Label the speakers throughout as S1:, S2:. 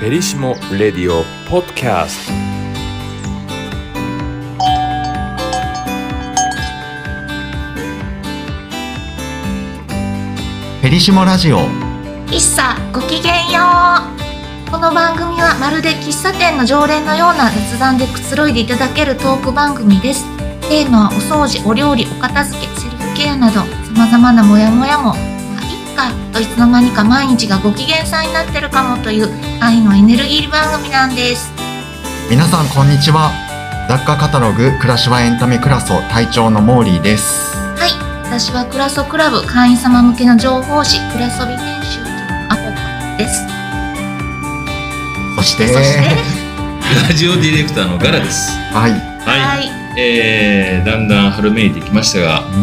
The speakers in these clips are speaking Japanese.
S1: フェリシモ・レディオ・ポッドキャスト
S2: フェリシモラジオ
S3: 喫茶ごきげんようこの番組はまるで喫茶店の常連のような雑談でくつろいでいただけるトーク番組ですテーマはお掃除お料理お片付けセルフケアなどさまざまなモヤモヤもあいっかといつの間にか毎日がご機嫌さんになってるかもという愛のエネルギー番組なんです
S2: 皆さんこんにちは雑貨カタログ暮らしはエンタメクラスを隊長のモーリーです
S3: はい私はクラソクラブ会員様向けの情報誌クラソビ編集長のアホカです
S2: そして
S3: そして、
S4: ラジオディレクターのガラです。
S2: はい、
S4: は
S3: はい
S4: い、えー、だんだん春めいてきましたが、
S2: うん、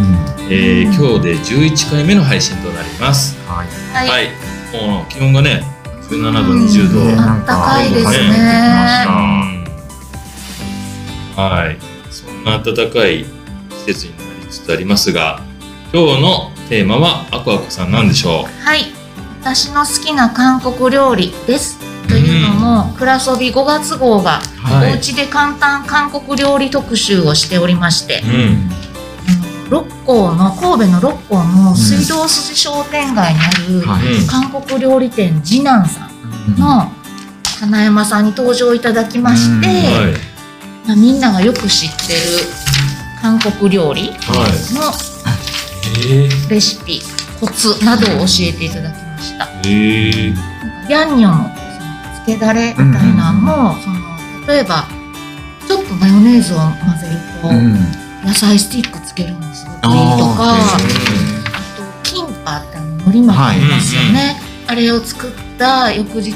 S4: えー、今日で11回目の配信となります。
S2: はい
S3: はい、
S4: はい、もう気温がね、17度、20度。う
S2: ね
S4: ん
S2: なんか
S3: あったかいですね
S4: はい、そんな暖かい季節になりつつありますが、今日のテーマはアコアコさんなんでしょ
S3: はい。私の好きな韓国料理です。というのも、クラソビ5月号が、
S4: う。は
S3: おう。ちで簡単韓国料理特集をしておりまして
S4: う、ん。
S3: あの六甲の、神戸の六甲の水道筋商店街にあ
S2: は
S3: る、
S2: い、
S3: 韓国料理店次男さん
S2: うん
S3: の花山さんに登場いただきまし
S2: うん
S3: て、
S4: はい。
S3: まあみんながよく知ってる韓国料理
S4: はい。
S3: の
S4: え
S3: レシピ、コツなどを教えていただきました。
S4: ー、えー、
S3: ヤンニョムのつけだれみたいなのも、その例えばちょっとマヨネーズを混ぜると、
S2: うん
S3: 野菜スティックつけるのすごくいいとか
S2: あ
S3: あ,、
S4: ー
S3: とキンパってあの海苔巻きありますよね、あれを作った翌日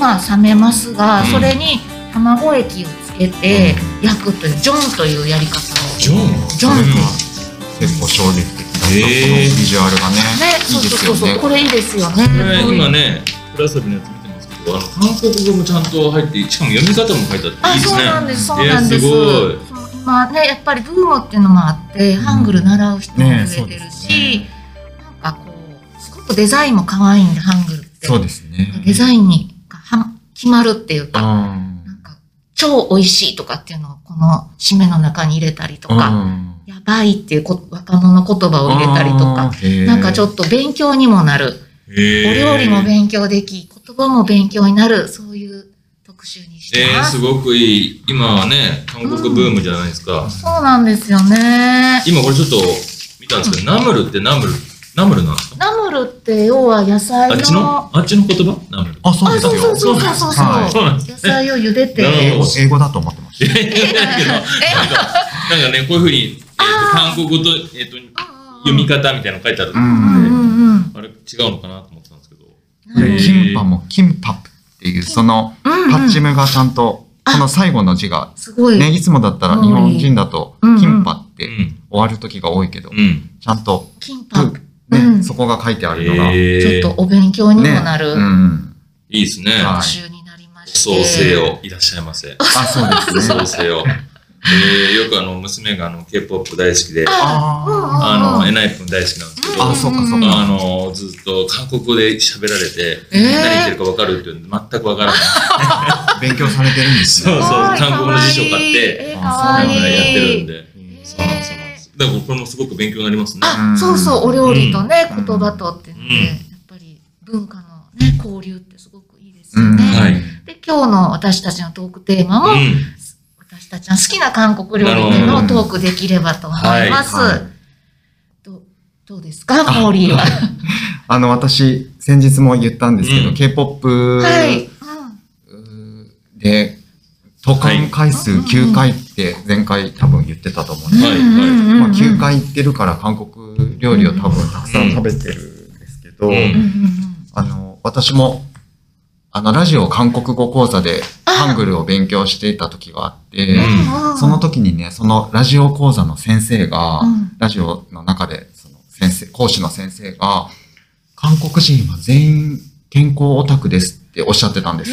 S3: まあ冷めますが、
S4: うん
S3: それに卵液をつけて焼くというジョンというやり方を
S4: ジョン。
S3: ジョンとは
S2: 結構衝撃的だった、
S4: えー
S2: このビジュアルがね
S3: ね
S2: いい
S3: そう
S2: です
S3: そ
S2: よ
S3: うそうそう
S2: ね
S3: これいいですよね。
S4: これ
S3: こういう
S4: 今ね、プラサビのやつ見てますけど、あの韓国語もちゃんと入って、しかも読み方も書いてあってい
S3: あ、
S4: いで
S3: そうなん
S4: す
S3: です、そうなんです。
S4: えー
S3: そうまあね、やっぱりブームっていうのもあって、ハングル習う人も増
S2: ね
S3: え
S2: そう
S3: て
S2: で
S3: る
S2: す
S3: し
S2: ね、
S3: なんかこう、すごくデザインも可愛いんで、ハングルって。
S2: そうですね
S3: デザインには決まるっていうか、
S2: うん
S3: なんか、超美味しいとかっていうのをこの締めの中に入れたりと
S2: う
S3: か、
S2: ん
S3: やばいっていうこ若者の言葉を入れたりと
S2: あ
S3: か、
S2: ー
S3: なんかちょ
S2: へ
S3: っと勉強にもなる。お
S4: ね。
S3: 料理も勉強でき、言葉も勉強になる、そういう特集にして
S4: えー、
S3: ます
S4: す。ごくいい。今はね、韓国ブームじゃないですか。
S3: そうなんですよね。
S4: 今これちょっと見たんですけど、ナムルってナムル、ナムルなんですか
S3: ナムルって要は野菜
S4: あっちの
S3: の。
S4: あっちの言葉ナムル。
S2: あそう
S3: あ、
S2: です
S3: そうそう
S2: よ
S3: そうそうそうそう。
S2: はい
S4: そうなんです。
S3: 野菜を茹でて。
S4: なるほど
S2: 英語だと思ってました
S3: えー
S4: なんだけど
S3: え
S4: なんかね、こういうふうに、えーと韓国語と、えっと、読み方みたいなの書いてある。
S3: う
S2: う
S3: ん
S2: ん
S3: うんうん。
S4: あれ、違うのかなと思ってたんですけど。
S3: うん
S4: へー
S2: キンパもキンパップっていうその
S3: うん
S2: パッチムがちゃんとこの最後の字が
S3: すごい。
S2: ね、いつもだったら日本人だと、
S3: うん
S2: キンパっ
S4: う
S2: て
S4: ん。
S2: 終わる時が多いけど、
S4: うん。
S2: ちゃんと、
S3: キンパ、
S2: ね
S3: うん
S2: そこが書いてあるのが、
S3: ちょ
S4: え
S3: っ
S4: ー
S3: と、お勉強にも
S2: ね、
S3: なる
S2: うん。
S4: いいですね。
S2: は
S3: 特集になりまして。
S4: 創生をいらっしゃいませ。
S2: あ、そう です
S4: 創
S2: ね。
S4: 生を。えー、よくあの娘があの K-POP 大好きで、
S2: あ
S4: あの、
S3: うん
S4: エナイプン大好きなんですけ
S2: ー
S4: ど、
S2: あ、そうかそう
S3: うん
S2: か。
S4: あの、ずっと韓国語で喋られて、
S3: えー
S4: 何言ってるか分かるって言うんで、全く分からない。
S2: 勉強されてるんです
S4: そう
S2: ね。
S4: そう、韓国の辞書買って、
S3: えー、
S2: あ
S3: か
S2: そう
S3: わ
S4: だ
S2: なん
S4: か
S2: だ
S4: らやって
S3: い
S4: るん
S3: い。
S4: で。そうなんです、そうなんです。だからこれもすごく勉強になりますね。
S3: あ、そうそう、お料理とね、
S2: うん
S3: 言葉とってね、
S4: うん
S3: やっぱり文化のね、交流ってすごくいいですよね。
S4: んはい
S3: で、今日の私たちのトークテーマ
S4: う
S3: も、
S4: ん。
S3: 私たちの好きな韓国料理っていうのをトークできればと思います。
S2: はいはい
S3: どうどうですか、モーリーは。
S2: あの、私、先日も言ったんですけど、
S4: うん
S2: K-POP
S3: はい。
S2: で、投函回数9回って前回多分言ってたと思うんで
S4: はいはい
S2: まあ、9回行ってるから韓国料理を多分たくさん食べてるんですけど、
S4: うんうん
S2: あの、私も、あの、ラジオ韓国語講座でハングルを勉強していた時があって、
S3: うん
S2: その、時にね、そのラジオ講座の先生が、
S3: うん
S2: ラジオの中で、その先生、講師の先生が、韓国人は全員健康オタクですっておっしゃってたんです。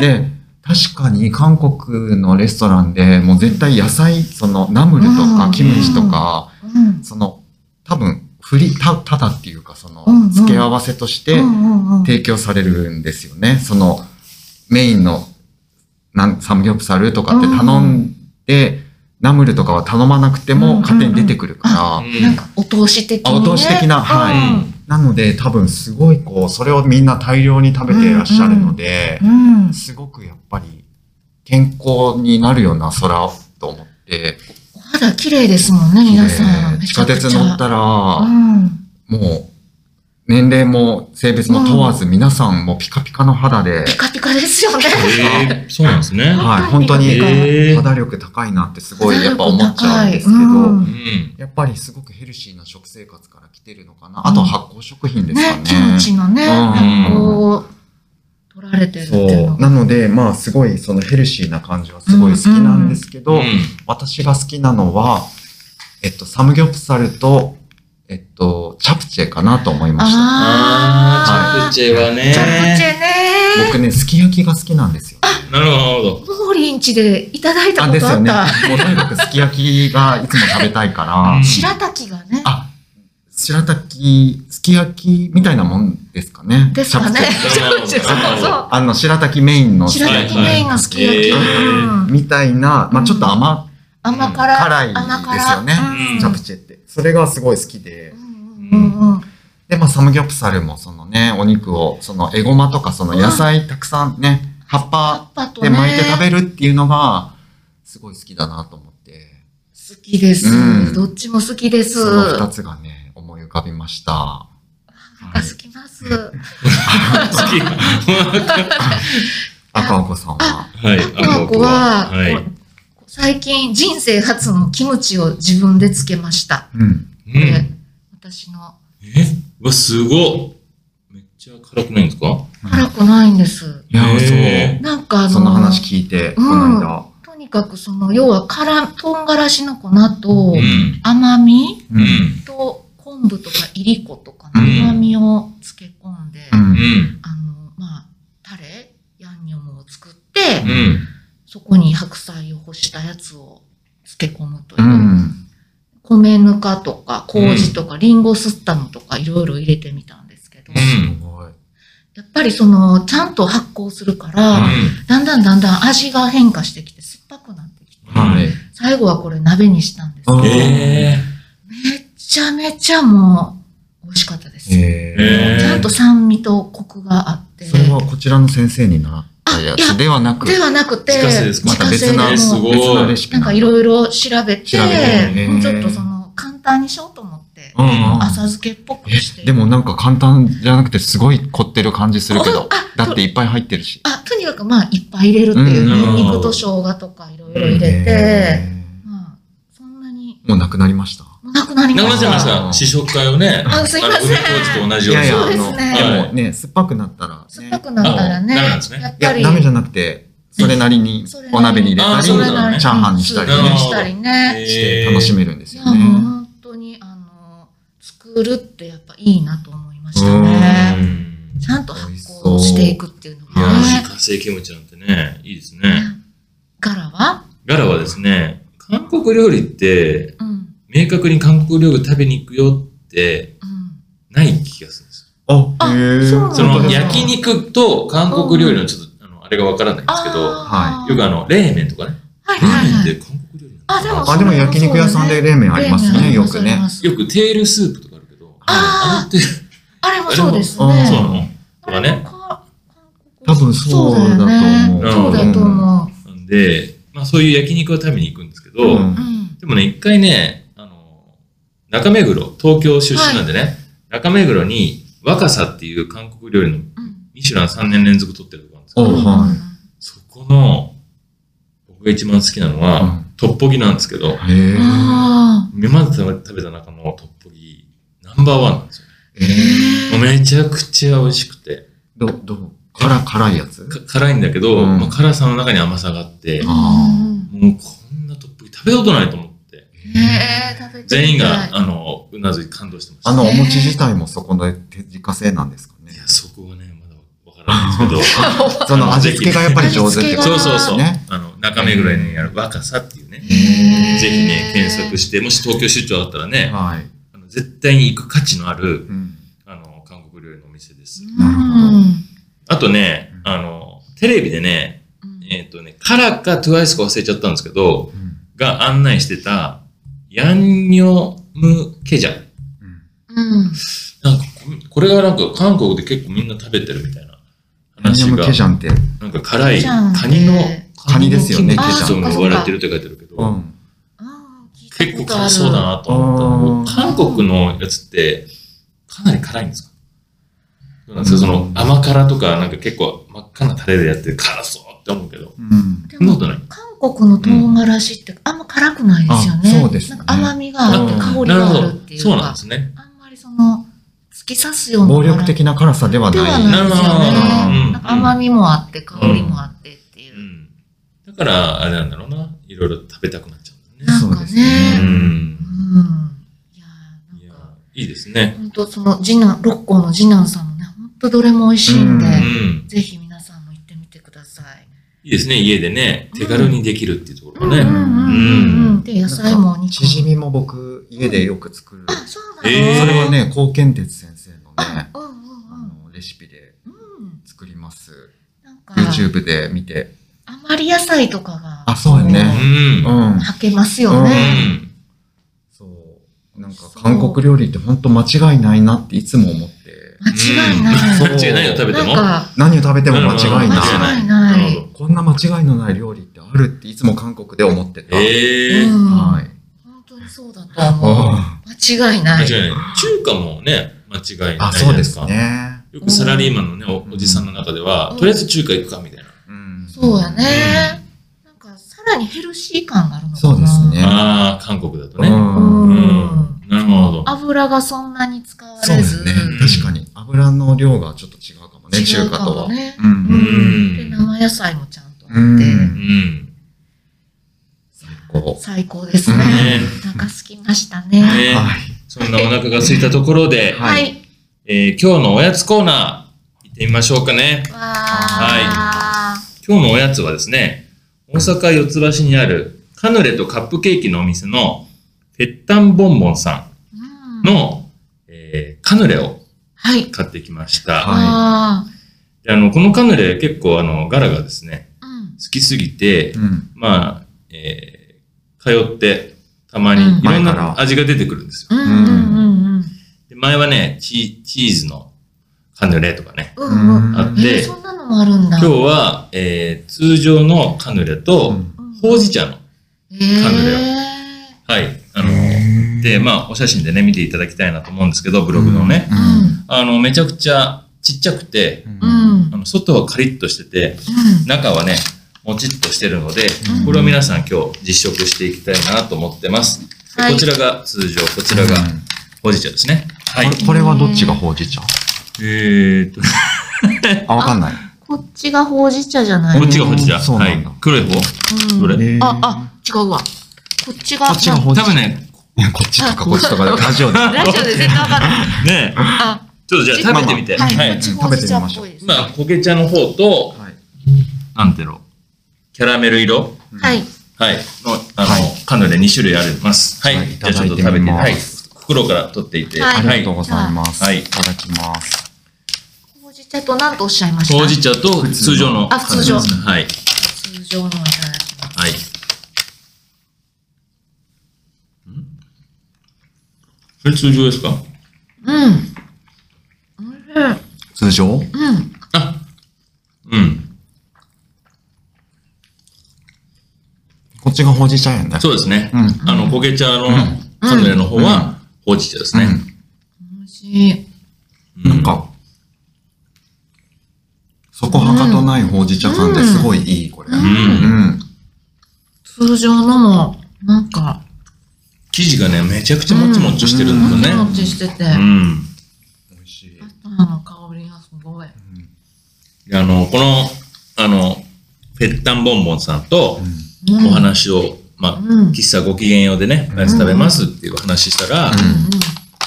S2: で、確かに韓国のレストランでもう絶対野菜、そのナムルと
S3: う
S2: か
S3: ん
S2: キムチとか、
S3: うん
S2: その、多分、ふり、た、ただっていうか、その
S3: うんうん、
S2: 付け合わせとして
S3: うんうんうん
S2: 提供されるんですよね。その、メインのなんサムギョプサルとかって頼んで、ナムルとかは頼まなくて
S3: うんうんう
S2: も
S3: ん
S2: 家庭に出てくるから、
S4: うん
S3: なんかお通し的に、ね。
S2: あお通し的なはい
S3: うん
S2: なので多分すごいこう、それをみんな大量に食べていらっしゃるので、
S3: うん、
S2: すごくやっぱり健康になるような空と思って、
S3: お肌綺麗ですもんね、皆さん。
S2: で地下鉄乗った
S3: ら。
S2: ら、
S3: うん。
S2: もう年齢も性別も問わず皆さんもピカピカの肌で、
S3: ピカピカですよね。
S4: えー、そうなんですね。
S2: はい、
S3: はい
S2: 本当に
S4: へー
S2: 肌力高いなってすごいやっぱ思っちゃうんですけど、
S3: 肌力高い
S4: う
S3: うん
S4: ん。
S2: やっぱりすごくヘルシーな食生活から来てるのかな。あと発酵食品ですか
S3: ね
S2: ね。、
S3: キムチのね、
S2: うん
S3: こう、取られてるっていう
S2: そ
S3: の
S2: う。なので、まあ、すごい、そのヘルシーな感じはすごい好きなんですけど、
S4: うん
S2: 私が好きなのは、えっと、サムギョプサルと、えっと、チャプチェかなと思いました。
S4: あー、チャプ
S3: チ
S4: チェはね
S3: ェ。チャプチェね。
S2: 僕ね、すき焼きが好きなんですよ。
S4: なるほど、なるほど。
S3: ボーリンチでいただいた
S2: あ、
S3: こ
S2: です
S3: とあ
S2: よ
S3: っ
S2: ね。
S3: た。
S2: もうとにかくすき焼きがいつも食べたいか
S4: うん
S2: ら、
S3: 白滝がね。
S2: あ、白滝、すき焼きみたいなもんですかね。
S3: ですかね。
S2: チャプチェ
S3: チャプチェそうそう。
S2: あの、白滝メインのすき
S3: 白
S2: 焼き
S3: 滝メインがすき焼き。
S4: はいはい
S3: うん
S2: みたいな、まあちょっと甘
S3: 甘辛。
S2: 辛いで
S3: 甘辛
S2: すよね。
S4: うん
S2: チャプチェって。それがすごい好きで
S3: う。んうんうんうん。
S2: で、まあ、サムギョプサルもそのね、お肉を、そのエゴマとかその野菜たくさんね、葉っぱ
S3: パパと
S2: で
S3: ね。
S2: 巻いて食べるっていうのが、すごい好きだなと思って、
S3: 好きです、
S2: うん
S3: どっちも好きです。
S2: その二
S3: あ
S2: つがね、思い浮かびました。は
S3: 好
S2: い、
S3: きます。
S4: 好き。
S2: 赤子さんは。
S4: はい、
S3: あの子は、
S4: はい。う
S3: こう最近人生初のキムチを自分でつけました。
S2: うん。
S3: これ
S4: ん。
S3: 私の
S4: えうわ、すごっめっちゃ辛くないんですか
S3: 辛くないんです。
S2: いや
S4: へ、
S3: なんかあ
S2: そう。
S3: の、
S2: その話聞いて、この間。
S3: とにかくその、要は辛、唐辛子の粉と
S4: う、ん。
S3: 甘み
S2: う。
S4: うんん。
S3: と昆布とかいりことか
S2: う
S3: の
S2: ん
S3: 甘みを漬け込んで、
S2: う。
S4: うんん。
S3: あの、まあ、タレ、ヤンニョムを作って、
S4: うん。
S3: そこに白菜を干したやつを漬け込むというう。
S2: ん。
S3: 米ぬかとか、麹とか、リンゴすったのとか、いろいろ入れてみたんですけど、
S4: うん
S2: すごい。
S3: やっぱりその、ちゃんと発酵するから、だんだんだんだん味が変化してきて、酸っぱくなってきて、
S2: はい。
S3: 最後はこれ鍋にしたんですけど、
S2: うん
S3: め
S4: え
S3: ちゃめちゃもう、美味しかったです。
S4: へ
S2: え
S4: ー
S3: ちゃんと酸味とコクがあって、
S2: それはこちらの先生に習ったやつではなく、
S3: ではなくて、
S4: 自家製ですか
S2: また別な、
S4: えー
S3: 自
S4: す
S3: 家製の
S4: ごい
S2: 別なレシピ
S3: なんかいろいろ調べて、
S2: 調べてね
S3: もうちょっとその、簡単にしようと思って、
S2: うんうん
S3: 浅漬けっぽくして。
S2: え、でもなんか簡単じゃなくてすごい凝ってる感じするけど、
S3: あ
S2: だっていっぱい入ってるし。
S3: あ、とにかくまあ、いっぱい入れるっていう、
S2: うん
S3: ニンニクと生姜とかいろいろ入れて、
S2: へ
S3: まあ、そんなに、
S2: ーもうなくなりました。
S3: もうなくなり
S4: ー。
S3: ま
S4: 中村
S3: し
S4: ちゃん
S3: た。
S4: が
S2: なくなっちゃ
S4: さ、
S2: い
S4: 試食会をね、
S3: あすいません
S4: の梅麹と同じように。
S3: そうです
S2: の、
S3: ね
S2: でもね、酸っぱくなったら、ね、
S3: 酸っぱくなったらね、
S4: あダメなんですね
S3: やっ
S2: いや
S3: ぱ、り、
S2: ダメじゃなくて、それなりに
S3: それなりに
S2: お鍋に入れ
S4: あ
S2: たり、チ
S4: それなりに
S2: ャーハンにしたり
S4: なる
S2: ね
S4: ほど
S3: したりね。
S2: して楽し
S4: み。
S2: めるんです
S3: いや、
S2: よ
S3: もう
S2: ね。
S3: 本当に、あの、作るってやっぱいいなと思いました
S4: う
S3: ね。
S4: ん
S3: ちゃんと発酵していくっていうの
S4: いや
S3: が
S4: ー、
S3: ね
S4: 自。家製キムチなんてね、いいですね。
S3: 柄は
S4: ガラはですね、韓国料理って、
S3: うん。
S4: 明確に韓国料理食べに行くよって、
S3: うん。
S4: ない気がするんですよ
S2: あ、
S3: あ
S2: へえ。
S3: そうなんだ
S4: その焼肉と韓国料理のちょっと、あの、あれがわからないんですけど、よ
S3: あー
S4: くあの、冷麺とかね。
S3: はい
S4: 冷
S3: はいはい
S4: 麺って韓国料理なのかな
S3: あ
S2: あ、でも焼肉屋さんで冷麺ありますね、
S3: レー
S2: よ
S3: メン
S2: くね。
S4: よくテールスープとかあるけど、
S3: あー
S4: れって、
S3: ありますあれもそうです
S2: あ
S4: そうなのとか
S2: れも
S3: ね。
S4: ね。
S3: か
S2: 多分そうだと思う。
S3: そうだよねそうだと思
S4: なんで、まあそういう焼肉を食べに行くんですけど、
S2: うん
S3: う。うん。
S4: でもね、一回ね、あの、中目黒、東京出身なんでね、中目黒に若さっていう韓国料理の
S3: うん
S4: ミシュラン3年連続取ってるとこなんですけ
S2: お
S4: ど、
S2: うは
S4: そこの、僕が一番好きなのは、
S2: うん
S4: トッポギなんですけど、
S2: い。へえ。
S3: あ
S4: 今まで食べた中のトッポギ、ナンバーワンなんですよ。
S2: え
S3: ー
S2: ー
S4: もうめちゃくちゃ美味しくて、
S2: ど、どう辛、辛いやつ
S4: か辛いんだけど、
S2: うん
S4: まあ、辛さの中に甘さがあって、
S3: うん
S4: も
S2: あ
S4: うこんなトッポギ食べたことないと思って、
S3: へー食べてみたい
S4: 全員が、あの、うなずいて感動してました。
S2: あの、お餅自体もそこの手自家製なんですかね
S4: い。や、そこはね、まだわからないんです けど、
S2: その味付けがやっぱり上手ってこと
S4: そうそうそう、
S2: ね。
S4: あの、中目黒にある若さっていうね、ぜ
S3: へー
S4: ひね、検索して、もし東京出張だったらね、
S2: はい。
S4: あの絶対に行く価値のある、
S2: うん
S4: あの、韓国料理のお店です。
S3: うん
S2: なるほど
S4: あとね、あの、テレビでね、えっ、とね、カラかトゥワイスか忘れちゃったんですけど、
S2: うん
S4: が案内してた、ヤンニョムケジャ。
S3: う
S4: な
S3: ん。
S4: んかこ、これがなんか韓国で結構みんな食べてるみたいな
S2: ヤンニ
S4: 話
S2: ョム
S4: が
S2: ケ、ジャンって、
S4: なんか辛い、
S3: ケジャン
S4: カニの
S3: ね、
S2: カニですよね
S4: カニの
S3: ケジャン
S4: キングコングとも言われてるって書いてあるけど、
S2: うん。
S3: あー聞い
S4: 結構
S3: たことあ
S4: 辛
S3: る
S4: そうだなと思った。
S3: あ
S4: 韓
S3: ー
S4: 国のやつって、かなり辛いんですかそうなんですよ、その甘辛とか、なんか結構真っ赤なタレでやって辛そうって思うけど、
S2: うん。
S3: で
S4: そんな
S3: も
S4: ことない。
S3: 韓国の唐辛子ってあんま辛くないですよね。
S2: あそうですね
S3: なんか甘みがあって
S2: うん
S3: 香り
S4: なるほ
S3: があるって
S4: ど。
S3: いう
S4: そ
S3: か、
S4: うなんですね。
S3: あんまりその突き刺すような
S2: 暴力的な辛さでは
S3: で
S2: な
S3: は
S2: い。
S3: ないです
S4: な
S3: よ
S4: るほどう
S3: ね。
S4: ん
S3: なんか甘みもあって香りもあってっていうう。
S4: ん。だから、あれなんだろうな。いろいろ食べたくなっちゃうんだね。
S3: なん
S2: そう
S3: か
S2: です
S4: う
S2: ね
S3: ね。
S4: ん
S3: う。ん。いや
S4: い
S3: ー
S4: や
S3: なんか、
S4: いいですね。
S3: 本当その次男、六個の次男さんもね、本当どれも美味しいんで
S2: う
S4: う、ん。
S3: ぜひ皆さんも行ってみてください。
S4: いいですね。家でね、手軽にできるっていうところ
S3: うん
S4: が
S3: うん
S4: ね。
S3: うんう。
S4: うん
S3: で、野菜もお肉も。
S2: 縮みも僕、家でよく作る。
S3: あ、そうなの
S4: えー
S2: それはね、高健鉄先生のね、
S3: うんうん
S2: あの、レシピで
S3: うんうん。
S2: 作ります。
S3: なんか、
S2: YouTube で見て。
S3: 余り野菜とかが。
S2: あそうよね
S4: う。
S2: うんう
S4: うん。
S2: ん。
S3: はけますよね。
S2: そう。なんか韓国料理って本当間違いないなっていつも思って。
S3: 間違いない。
S2: そう
S4: 間違いないよ、食べて
S3: な
S4: も。
S3: んか、
S2: 何を食べても間違いな
S3: うん間違
S2: い。
S3: いない
S4: るほど
S2: こんな間違いのない料理ってあるっていつも韓国で思ってた。
S4: ええ
S3: う。ん。
S2: は
S3: 本
S2: い。
S3: 当にそうだと思う。
S2: あ
S3: 間違いな
S4: 間
S3: い。
S4: 違いない。中華もね、間違いな
S2: あ、
S4: いじゃ
S2: そ
S4: な
S2: う
S4: い
S2: で
S4: ですすか。
S2: ね。
S4: よくサラリーマンのね、おおじさんの中では、とりあえず中華行くかみたいな。
S2: うん
S3: そうやね。なんか、さらにヘルシー感があるのかな。
S2: そうですね
S4: ああ、韓国だと
S2: う。
S4: ね。
S3: うん
S4: うん
S3: ん。。
S4: なるほど。
S3: 油がそんなに使わ
S2: そう
S3: れ
S2: で
S3: ず
S2: すね。。確かに。油の量がちょっと違うかもね、
S3: 違
S2: 中
S3: う
S2: 華と
S3: かも
S2: は。
S3: ね。
S2: う。
S3: うんん。で、生野菜もちゃんとあって。
S2: うん
S4: うん。
S2: こ
S3: 最高ですね。
S4: ね
S3: お腹すきましたね。
S2: う。
S4: ね
S2: はい。
S4: そんなお腹が空いたところで、
S2: はい
S3: はい。
S4: えー今日のおやつコーナー、行ってみましょうかね。
S3: わあ。
S4: 今日のおやつはですね、大阪四つ橋にあるカヌレとカップケーキのお店のペッタンボンボンさ
S3: うん
S4: んの、えーカヌレを
S3: はい。
S4: 買ってきました。
S2: はい
S3: あ
S4: であの、このカヌレ結構あの、柄がですね、
S3: あ。うん。
S4: 好きすぎて、
S2: うん。
S4: まあ、えー通って、たまに
S3: うん
S4: いろん
S2: 前か
S4: な
S2: ら
S4: 味が出てくるんですよ。
S3: うんうんうん
S4: で前はねチー、チーズのカヌレとかね。
S3: うん。うんうん。
S4: あって
S3: えそんなのもあるんだ。
S4: 今日は、えー通常のカヌレと、ほうじ茶の、
S3: えー
S4: カヌレはい、あの、で、まあ、お写真でね、見ていただきたいなと思うんですけど、ブログのね。
S3: うん。
S4: あの、めちゃくちゃちっちゃくて、
S3: う
S2: うん。
S3: ん。
S4: あの外はカリッとしてて、中はね、もちっとしてるので
S2: う、ん
S4: これを皆さん今日実食していきたいなと思ってます。で
S3: はい
S4: こちらが通常、こちらがほうじ茶ですね。はい。
S2: これこれはどっちがほうじ茶
S4: えーっと、
S2: あ、わかんない。
S3: こっちがほうじ茶じゃない
S4: こ
S3: の
S4: っちがほうじ茶。
S2: そう
S4: は
S2: なん
S4: い
S2: だ。
S4: 黒い方
S3: うん
S4: どれ
S2: えー
S3: あ、あ、違うわ。こっちが。
S2: こっちがほうじ
S4: 多
S2: 茶。
S4: 分ね、
S2: いやこっちとかこっちとか でラジオで。
S3: ラジオで絶対わかんない。
S4: ねえ
S3: あ、
S4: ちょっとじゃあ食べてみて。
S3: はい。
S4: は
S3: こっ
S4: い。
S3: ちほうじ茶っぽいです。
S4: まあ、焦げ茶の方と、なんていうのキャラメル色
S3: はい。
S4: はい。の、あの、
S2: はい
S4: カヌレ2種類あります。はい。
S2: はい
S4: じゃあちょっと
S2: い
S4: 食
S2: ただ
S4: べ
S2: いて
S4: て、
S2: みま
S4: は
S2: す
S4: い。袋から取っていて。
S3: はい
S2: ありがとう
S4: ほ
S2: ございます。
S4: はい
S2: いただきます。
S3: ほうじ茶と何とおっしゃいました
S4: うじ茶と通常の。
S3: あ通常
S4: はい。
S3: 通常のをいただきます。
S4: はい。これ通常ですか
S3: うん。おいしい。
S2: 通常
S3: うん。
S4: あ、うん。
S2: こっちがほうじ茶やんだ。
S4: そうですね。
S2: うん。
S4: あの、焦げ茶のカヌレの方は、ほうじ茶ですね。
S3: 美味しい。
S4: う
S2: なん。か、そこはかとないほうじ茶感ですごいいい、これ。
S3: う
S4: うんん。
S2: ん。
S3: 通常のも、なんか、
S4: 生地がね、めちゃくちゃもちもちしてるんだ
S3: もち
S4: よ
S3: も
S4: ね。
S3: ちしてて、
S4: うん。
S2: 美味しい
S3: バ。ターの香りがすごい。
S4: であの、この、あの、ぺったんぼんぼんさんと
S3: うん
S4: お話を、まあ、
S3: うん。
S4: 喫茶ごきげんようでね、おやつ食べますっていう話したら、
S2: うん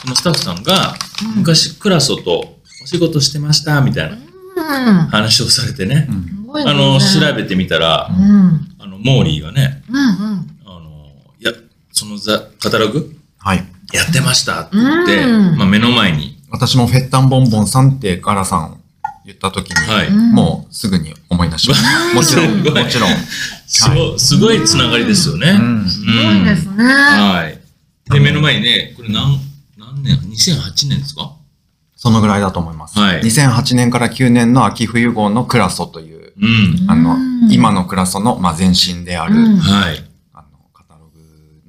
S4: そのスタッフさんが、
S3: うん
S4: 昔クラソとお仕事してました、みたいな
S3: うん。
S4: 話をされてね
S2: う、
S3: す
S2: ん。
S3: ごいね
S4: あの、調べてみたら
S3: う、ん。
S4: あの、モーリーがね、
S3: うんうん。
S4: あの、いや、そのザ、カタログ
S2: はい。
S4: やってましたって言って、
S3: うん
S4: まあ、目の前に、
S2: 私もフェッタンボンボンさんってガラさん言った時に、
S4: はい
S3: うん
S2: もうすぐに思い出しました。もちろん、
S4: すごい
S2: もちろん。
S4: すごいすごいつながりですよね。
S2: うん
S3: すごいですね。
S4: はい。で、目の前にね、これ何、何年 ?2008 年ですか
S2: そのぐらいだと思います。
S4: はい
S2: 2008年から9年の秋冬号のクラソという、
S4: うん。
S2: あの、
S3: うん
S2: 今のクラソの、まあ、前身である、
S3: うん
S4: はい。
S2: あの、カタログ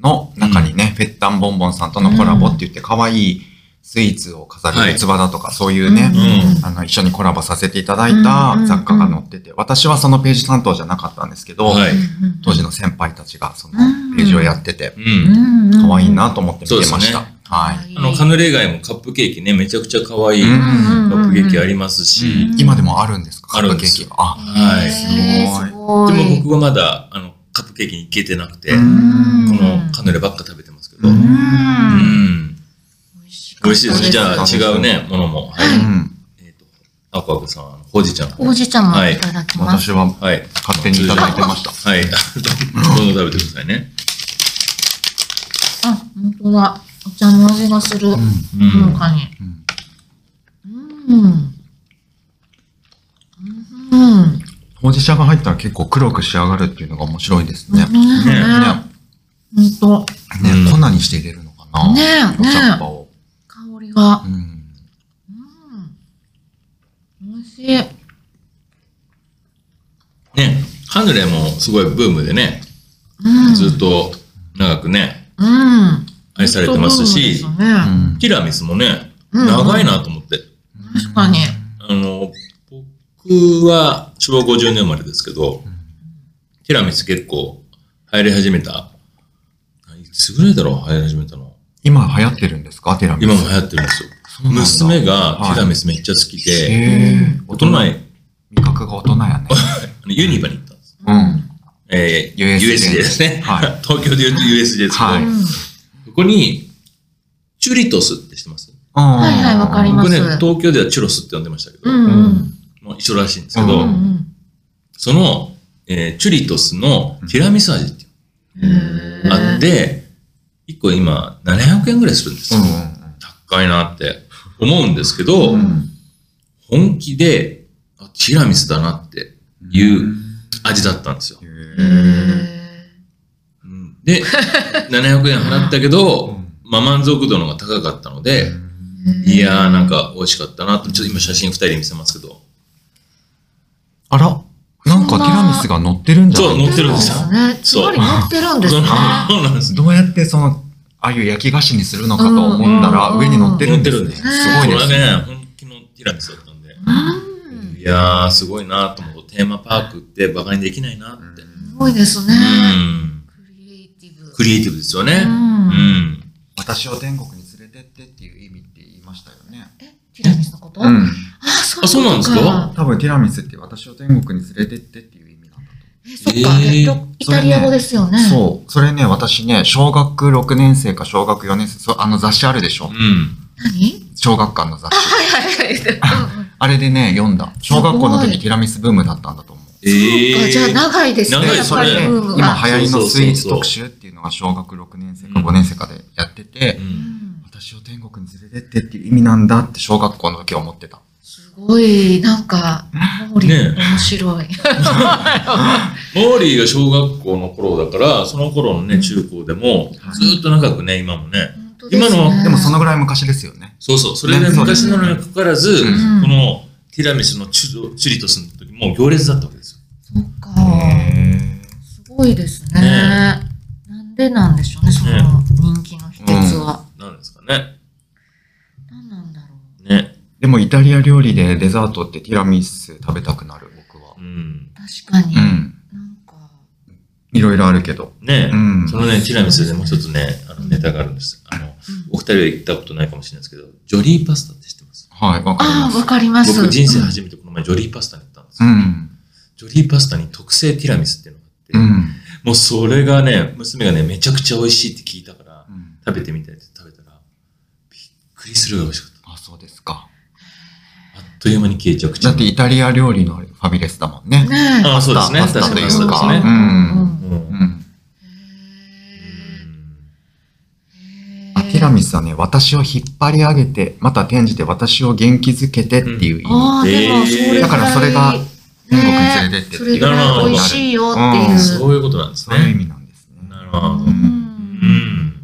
S2: の中にね、ぺったんぼんぼんさんとのコラボって言って、可愛いスイーツを飾る器だとか、そういうね、
S4: う
S2: あの、一緒にコラボさせていただいた雑貨が載ってて、私はそのページ担当じゃなかったんですけど、
S4: はい
S2: 当時の先輩たちがそのページをやってて
S4: う、。
S3: うんん
S2: 可愛い。なと思って見てま
S4: そうで
S2: し
S4: す
S2: た。
S4: ね
S2: はい。
S4: あの、カヌレ以外もカップケーキね、めちゃくちゃ可愛い
S2: うん
S4: カップケーキありますし、
S2: 今でもあるんですか
S4: あ
S2: カ
S4: る
S2: ッ
S4: ん
S2: プケ
S4: で
S2: ー
S4: す
S2: キが。あ、
S4: はいい
S3: すご
S4: で
S3: い。
S4: も僕はまだ、あの、カップケーキに行けてなくて、
S2: う
S4: こ
S2: ん
S4: のカヌレばっか食べてますけど、
S2: う
S4: うん
S3: うん
S4: ん。美味しいですね。じゃあ違うね、ものも。は
S2: う
S4: い。
S2: ん。
S4: えっと、アコアコさん、ほうじ茶の方。
S3: おじちゃまいただきます。
S2: 私は
S4: はい。
S2: 勝手にいただいてました。
S4: はい。どんどん食べてくださいね。
S3: あ、本当だ。お茶の味がする。
S2: うん
S4: う
S3: ほの
S4: ん。
S3: かに。
S2: うん
S3: うん。うん。
S2: ほうじ茶が入ったら結構黒く仕上がるっていうのが面白いですね。
S3: ね
S2: ね。
S3: ね本
S4: うん
S2: ね粉にして入れるのか
S3: 当。
S2: な
S3: ね
S2: お茶っ葉
S3: ね
S2: を。
S3: 香りが
S2: う。ん。
S3: うん。美味しい。
S4: ね、カヌレもすごいブームでね、
S3: うん。
S4: ずっと長くね、
S3: うん。
S4: 愛されてますし
S3: ずっとブームですよね
S2: うん
S4: ティラミスもね、
S3: うん
S4: 長いなと思って。
S3: 確かに。
S4: あの、僕は昭和50年生まれですけど、ティラミス結構入り始めた。いつぐらいだろう流行り始めたの。
S2: 今流行ってるんですかティラミス。
S4: 今も流行ってるんですよ。
S2: そうなんだ
S4: 娘がティラミスめっちゃ好きで、
S2: へえ
S4: 大人
S2: 味
S4: 前、
S2: 覚が大人やね。
S4: あのユニバに行ったんです。
S2: うん。
S4: えー、
S2: USJ
S4: USJ ですね。
S2: は
S4: 東京で言うと USJ ですけど、
S2: はい
S3: うん
S4: ここに、チュリトスって知ってます
S2: はい
S3: はいわかりま
S4: 僕
S3: す
S4: ね、東京ではチュロスって呼んでましたけど、
S3: うんうん。
S4: まあ一緒らしいんですけど、
S3: う
S2: うん
S4: その、えーチュリトスのティラミス味っていう
S3: うん。
S4: の
S3: へ
S4: があっ
S3: ー
S4: て、1個今700円ぐらいするんですよ。高いなって思うんですけど、
S2: うんうん
S4: 本気で、あティラミスだなって
S2: うん。
S4: いう味だったんですよ。
S3: へ
S2: へえ。
S3: ー
S4: うん で、700円払ったけ
S2: う
S4: ど
S2: ん、
S4: まあ満足度の方が高かったので、いやーなんか美味しかったなと、ちょっと今写真2人で見せますけど、
S2: あら、なんかティラミスが乗ってるんじゃない
S4: そう乗ってるんですよ
S3: ね。つまり乗ってるんです
S4: そ
S3: ね
S4: う。なんです。
S2: どうやってその、ああいう焼き菓子にするのかと思ったら、
S3: うん
S2: 上に乗ってる
S4: 乗
S2: ん
S4: って
S2: で
S4: る
S2: す
S4: ん
S2: ね。
S4: ですす。
S2: ごいで
S4: こ
S2: す
S4: れ
S2: ね。
S4: はね、本気のティラミスだったんで。
S3: うん
S4: いやー、すごいなと思う。テーマパークって馬鹿にできないなって。
S3: すごいですね
S4: う。ん。
S3: クリエイティブ。
S4: クリエイティブですよね。
S3: う
S4: う
S3: ん
S4: ん。
S2: 私を天国に連れてってっていう意味って言いましたよね。
S3: ティラミスのこと、
S2: うん。
S3: あ、そう
S4: あそうなんですか
S2: 多分ティラミスって私を天国に連れてってっていう意味なんだと思う
S3: え、そっか、
S4: えー
S3: えっと、イタリア語ですよね。
S2: そう。それね、私ね、小学6年生か小学4年生、そあの雑誌あるでしょ
S4: う。ん。
S3: 何
S2: 小学館の雑誌。
S3: はいはいはい。うんうん
S2: あれでね、読んだ。小学校の
S3: すごい
S2: 時ティラミスブームだったんだと思う。
S4: え
S3: そうかじゃあ
S4: ー。
S3: 長いですね、
S4: 長い
S3: や
S4: で
S3: っ
S4: す
S2: そ
S4: ね
S3: ぱ
S2: れ
S3: り
S2: で、
S3: ブーム
S2: 今
S3: が。
S2: 流行りのスイーツ特集っていうのが小学6年生か5年生かでやってて、
S3: うん
S2: 私を天国に連れてってっていう意味なんだって小学校の時は思ってた。
S3: すごい、なんか、モーリー
S4: ね
S3: 面白い。
S4: モーリーが小学校の頃だから、その頃の
S3: うん
S4: ね、中高でも、
S2: はい
S4: ずーっと長くね、今もね。
S3: 本当です ね
S4: 今の
S2: でもそのぐらい昔ですよね。
S4: そうそう。それで
S2: ねそうで
S4: 昔
S2: す
S4: なのにかかわらず、
S2: うん
S4: このティラミスのチュチュリトスの時もう行列だったわけですよ。
S3: そっか、すごいですね。
S4: ね
S3: なんでなんでしょうね、そ
S4: ね
S3: の人気の秘訣は。
S4: なんですかね。
S3: 何なんだろう。
S4: ね。
S2: でもイタリア料理でデザートってティラミス食べたくなる、僕は
S4: う。ん。
S3: 確かに、
S2: うん。
S3: なんか、
S2: いろいろあるけど。
S4: ね。
S2: うん
S4: そのね、ティラミスでもう一つね、あのネタがあるんです。あの、お二人は行ったことないかもしれないですけど、ジョリーパスタって知ってます
S2: はい、わかりま
S3: ああ、
S2: す
S3: わ。かります。
S4: 僕人生初めてこの前ジョリーパスタに行ったんです
S2: う
S4: よ、
S2: ん。
S4: ジョリーパスタに特製ティラミスっていうのがあって、
S2: うん。
S4: もうそれがね、娘がね、めちゃくちゃ美味しいって聞いたから、食べてみたいって食べたら、びっくりするぐらい美味しかっ
S2: あ、そうですか。
S4: た。あっという間に消えちゃう口
S2: だって
S4: に。
S2: イタリア料理のファビレスだもんね。
S3: ね
S4: ああ、そうですね。
S2: パ
S4: 確
S2: スタ
S4: か
S2: とい
S4: に
S2: う
S4: そうです
S2: か
S4: ねう
S2: う。んうんん。
S3: へ
S4: うん
S2: あティララミスはね、私を引っ張り上げて、また転じて私を元気づけてっていう意味。
S3: ああ、でもそれぐらい、
S4: えー
S2: だからそれが天国に連れてって
S3: そ
S2: ってい
S3: れ
S2: う
S3: ぐらい美味しいよっていう。
S2: うん
S4: そういうことなんです
S2: そういう意
S4: ね。
S2: 味なんですね。
S4: なるほど
S3: う。
S4: うんん。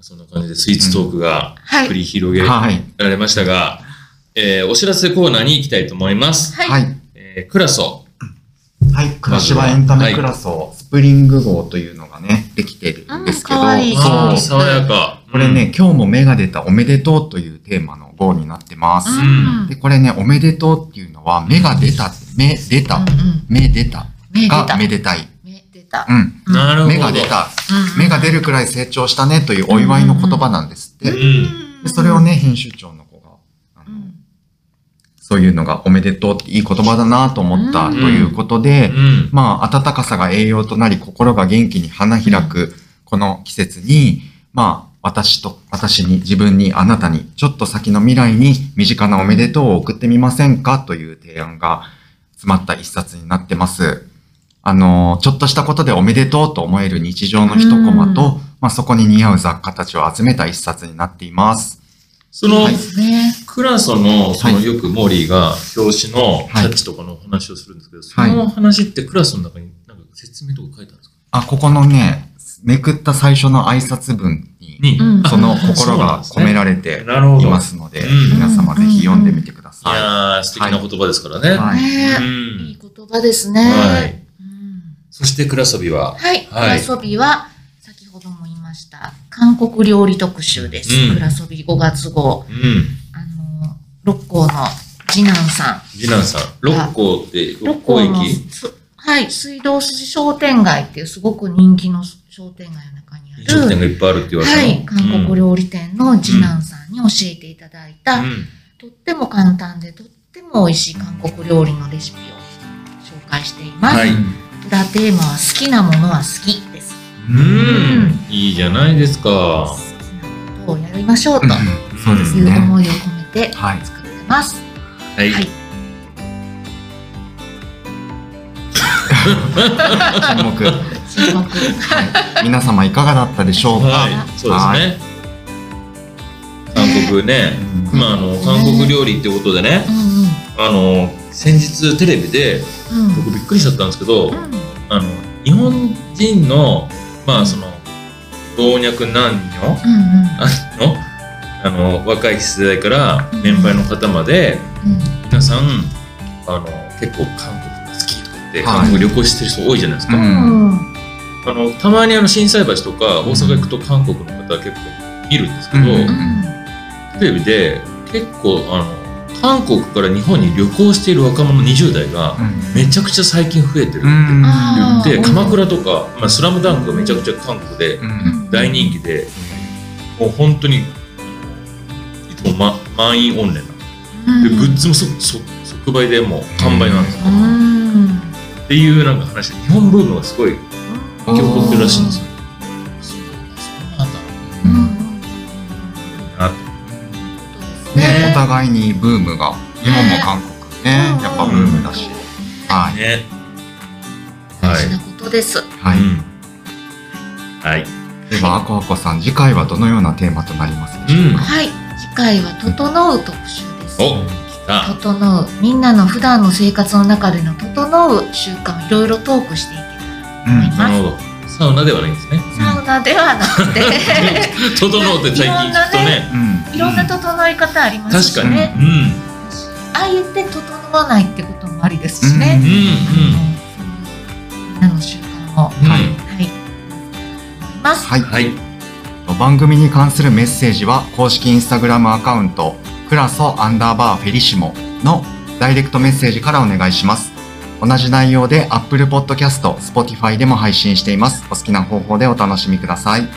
S4: そんな感じでスイーツトークが
S3: はい。
S4: 繰り広げら
S2: はい。
S4: れましたが、えーお知らせコーナーに行きたいと思います。
S3: はい。
S2: はい。
S4: えークラソ。
S2: はい。クラシバエンタメクラスを、スプリング号というのがね、できてるんですけど、
S3: うんかわいい
S4: あ
S2: そ
S4: ー
S2: う。
S4: 爽やか。
S2: これね、今日も芽が出たおめでとうというテーマの号になってます。
S3: うんん。
S2: で、これね、おめでとうっていうのは、芽が出た、芽出た、
S3: うん
S2: 芽出た
S3: 目出
S2: が
S3: た。
S2: めでたい。
S3: 目出た。
S2: うん。
S4: うん。なるほど。
S2: 芽が出。た、
S3: うん
S2: 芽が出るくらい成長したねというお祝いの言葉なんですって。でそれを。ね、編集長の子が、あの
S3: うん
S2: そういうのがおめでとうっていい言葉だなと思ったということで、
S4: うん。
S2: まあ、暖かさが栄養となり、心が元気に花開く、この季節に、まあ、私と、私に、自分に、あなたに、ちょっと先の未来に、身近なおめでとうを送ってみませんかという提案が詰まった一冊になってます。あの、ちょっとしたことでおめでとうと思える日常の一コマと、まあ、そこに似合う雑貨たちを集めた一冊になっています。
S4: その
S2: は、い
S3: ですね。
S4: クラソの、その、
S2: はい
S4: よくモーリーが表紙のキ
S2: はい
S4: ャッチとかのお話をするんですけど、そ
S2: はい
S4: の話ってクラソの中になんか説明とか書いてあるんですか
S2: あ、ここのね、めくった最初の挨拶文に、
S4: に
S3: うん
S2: その心が込められて、
S4: なるほど。
S2: い
S4: い
S2: ま
S4: や
S2: すので、
S4: うん
S2: 皆様ぜひ読んでみてくださ
S4: ー、素敵な言葉ですからね。
S2: い。はい。
S4: う
S3: ねえい
S4: ん
S3: い言葉ですね。
S4: はい。
S3: うん
S4: そして、クラソビは、
S3: はい。ク
S4: はい
S3: ラソビは、先ほども言いました、韓国料理特集です
S4: うん。
S3: クラソビ5月号。
S4: うん。
S3: あの、六甲の次男さん。
S4: 次男さん、六甲って、六
S3: 六
S4: 甲
S3: 甲
S4: 駅
S3: の。す、はい、水道筋商店街っていうすごく人気の商店街の中にあ
S4: 商店
S3: る、
S4: がいっぱいあるって言われた
S3: は
S4: の
S3: い、韓国料理店の次男さんに教えていただいた、
S4: うんうん
S3: とっても簡単でとっても美味しい韓国料理のレシピを紹介しています。
S4: はい
S3: 裏テーマは好きなものは好きです。
S4: うん。いいじゃないです
S3: 好
S4: か。
S3: きなことをやりましょうと
S2: うんそうです
S3: いう
S2: ね。
S3: 思いを込めて
S2: はい。
S3: 作ってます。
S4: はい。
S3: はい
S2: 沈黙。
S3: すごく。
S2: 皆様いかがだったでしょうか。
S4: はい。そうですね。韓国ね。
S2: うん
S4: まあ、あの、韓国料理ってことでね
S3: う、ん
S4: あの、先日テレビで、
S3: うん。
S4: 僕びっくりしちゃったんですけど
S3: う、ん。うん。
S4: あの、日本人の、まあ、その、老若男女
S3: うんうん。
S4: あのあの若い世代から年配の方まで
S3: うん
S4: 皆さんあの結構韓国が好きとかって
S2: はい
S4: 韓国旅行してる人多いじゃないですか、
S2: うん
S3: うん
S4: あのたまにあの震災橋とか大阪行くと韓国の方は結構いるんですけど、
S2: うん
S4: テレビで結構あの韓国から日本に旅行している若者20代がめちゃくちゃ最近増えてるって
S2: うん
S3: あー
S4: 言って、
S3: うん
S4: 鎌倉とか、まあ、スラムダンクがめちゃくちゃ韓国で
S2: うん
S4: 大人気で、もう本当にいつも、ま、満員御礼なでグッズもそそ即売でもう完売なんですよ、
S3: うんうん
S4: っていうなんか話日本ブームがすごい起
S2: うん
S4: こってるらしいんですよ。そうなんだ
S2: う
S3: うんん
S4: な
S2: ね、お互いにブームが日本も韓国ね、
S3: うん
S2: やっぱブームだし。は
S4: ろう
S2: い。
S4: ね。は
S3: 大事
S4: い。
S3: なことです。
S2: はい。
S4: うんはい。
S2: では、あこあこさん、次回はどのようなテーマとなりますでしょうか。
S3: はい、次回は整う特集です。
S4: お、来た。
S3: 整う、みんなの普段の生活の中での整う習慣をいろいろトークしていけ
S2: うん
S3: たら
S4: な
S3: と思
S4: るほ
S3: い
S4: ど。サウナではないんです ね。
S3: ます。サウナではなくて、
S4: 整うって最近聞くとね。
S2: うん
S3: いろんな整い方あります
S4: 確
S3: し
S4: かに。う
S3: ね。
S4: ん。
S3: あえて整わないってこともありですしね。
S4: うん。
S3: みんなの習慣を。
S4: うん。
S2: はい
S3: はい。ます。
S2: はい。
S4: はい。
S2: 番組に関するメッセージは公式インスタグラムアカウントクラソアンダーバーフェリシモのダイレクトメッセージからお願いします同じ内容で Apple Podcast、Spotify でも配信していますお好きな方法でお楽しみください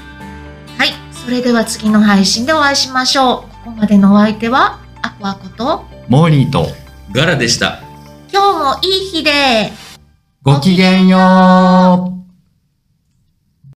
S3: はい。それでは次の配信でお会いしましょう。ここまでのお相手は、アコアコと、
S2: モーリーと
S4: ガラでした。
S3: 今日もいい日で、
S2: ごきげんよう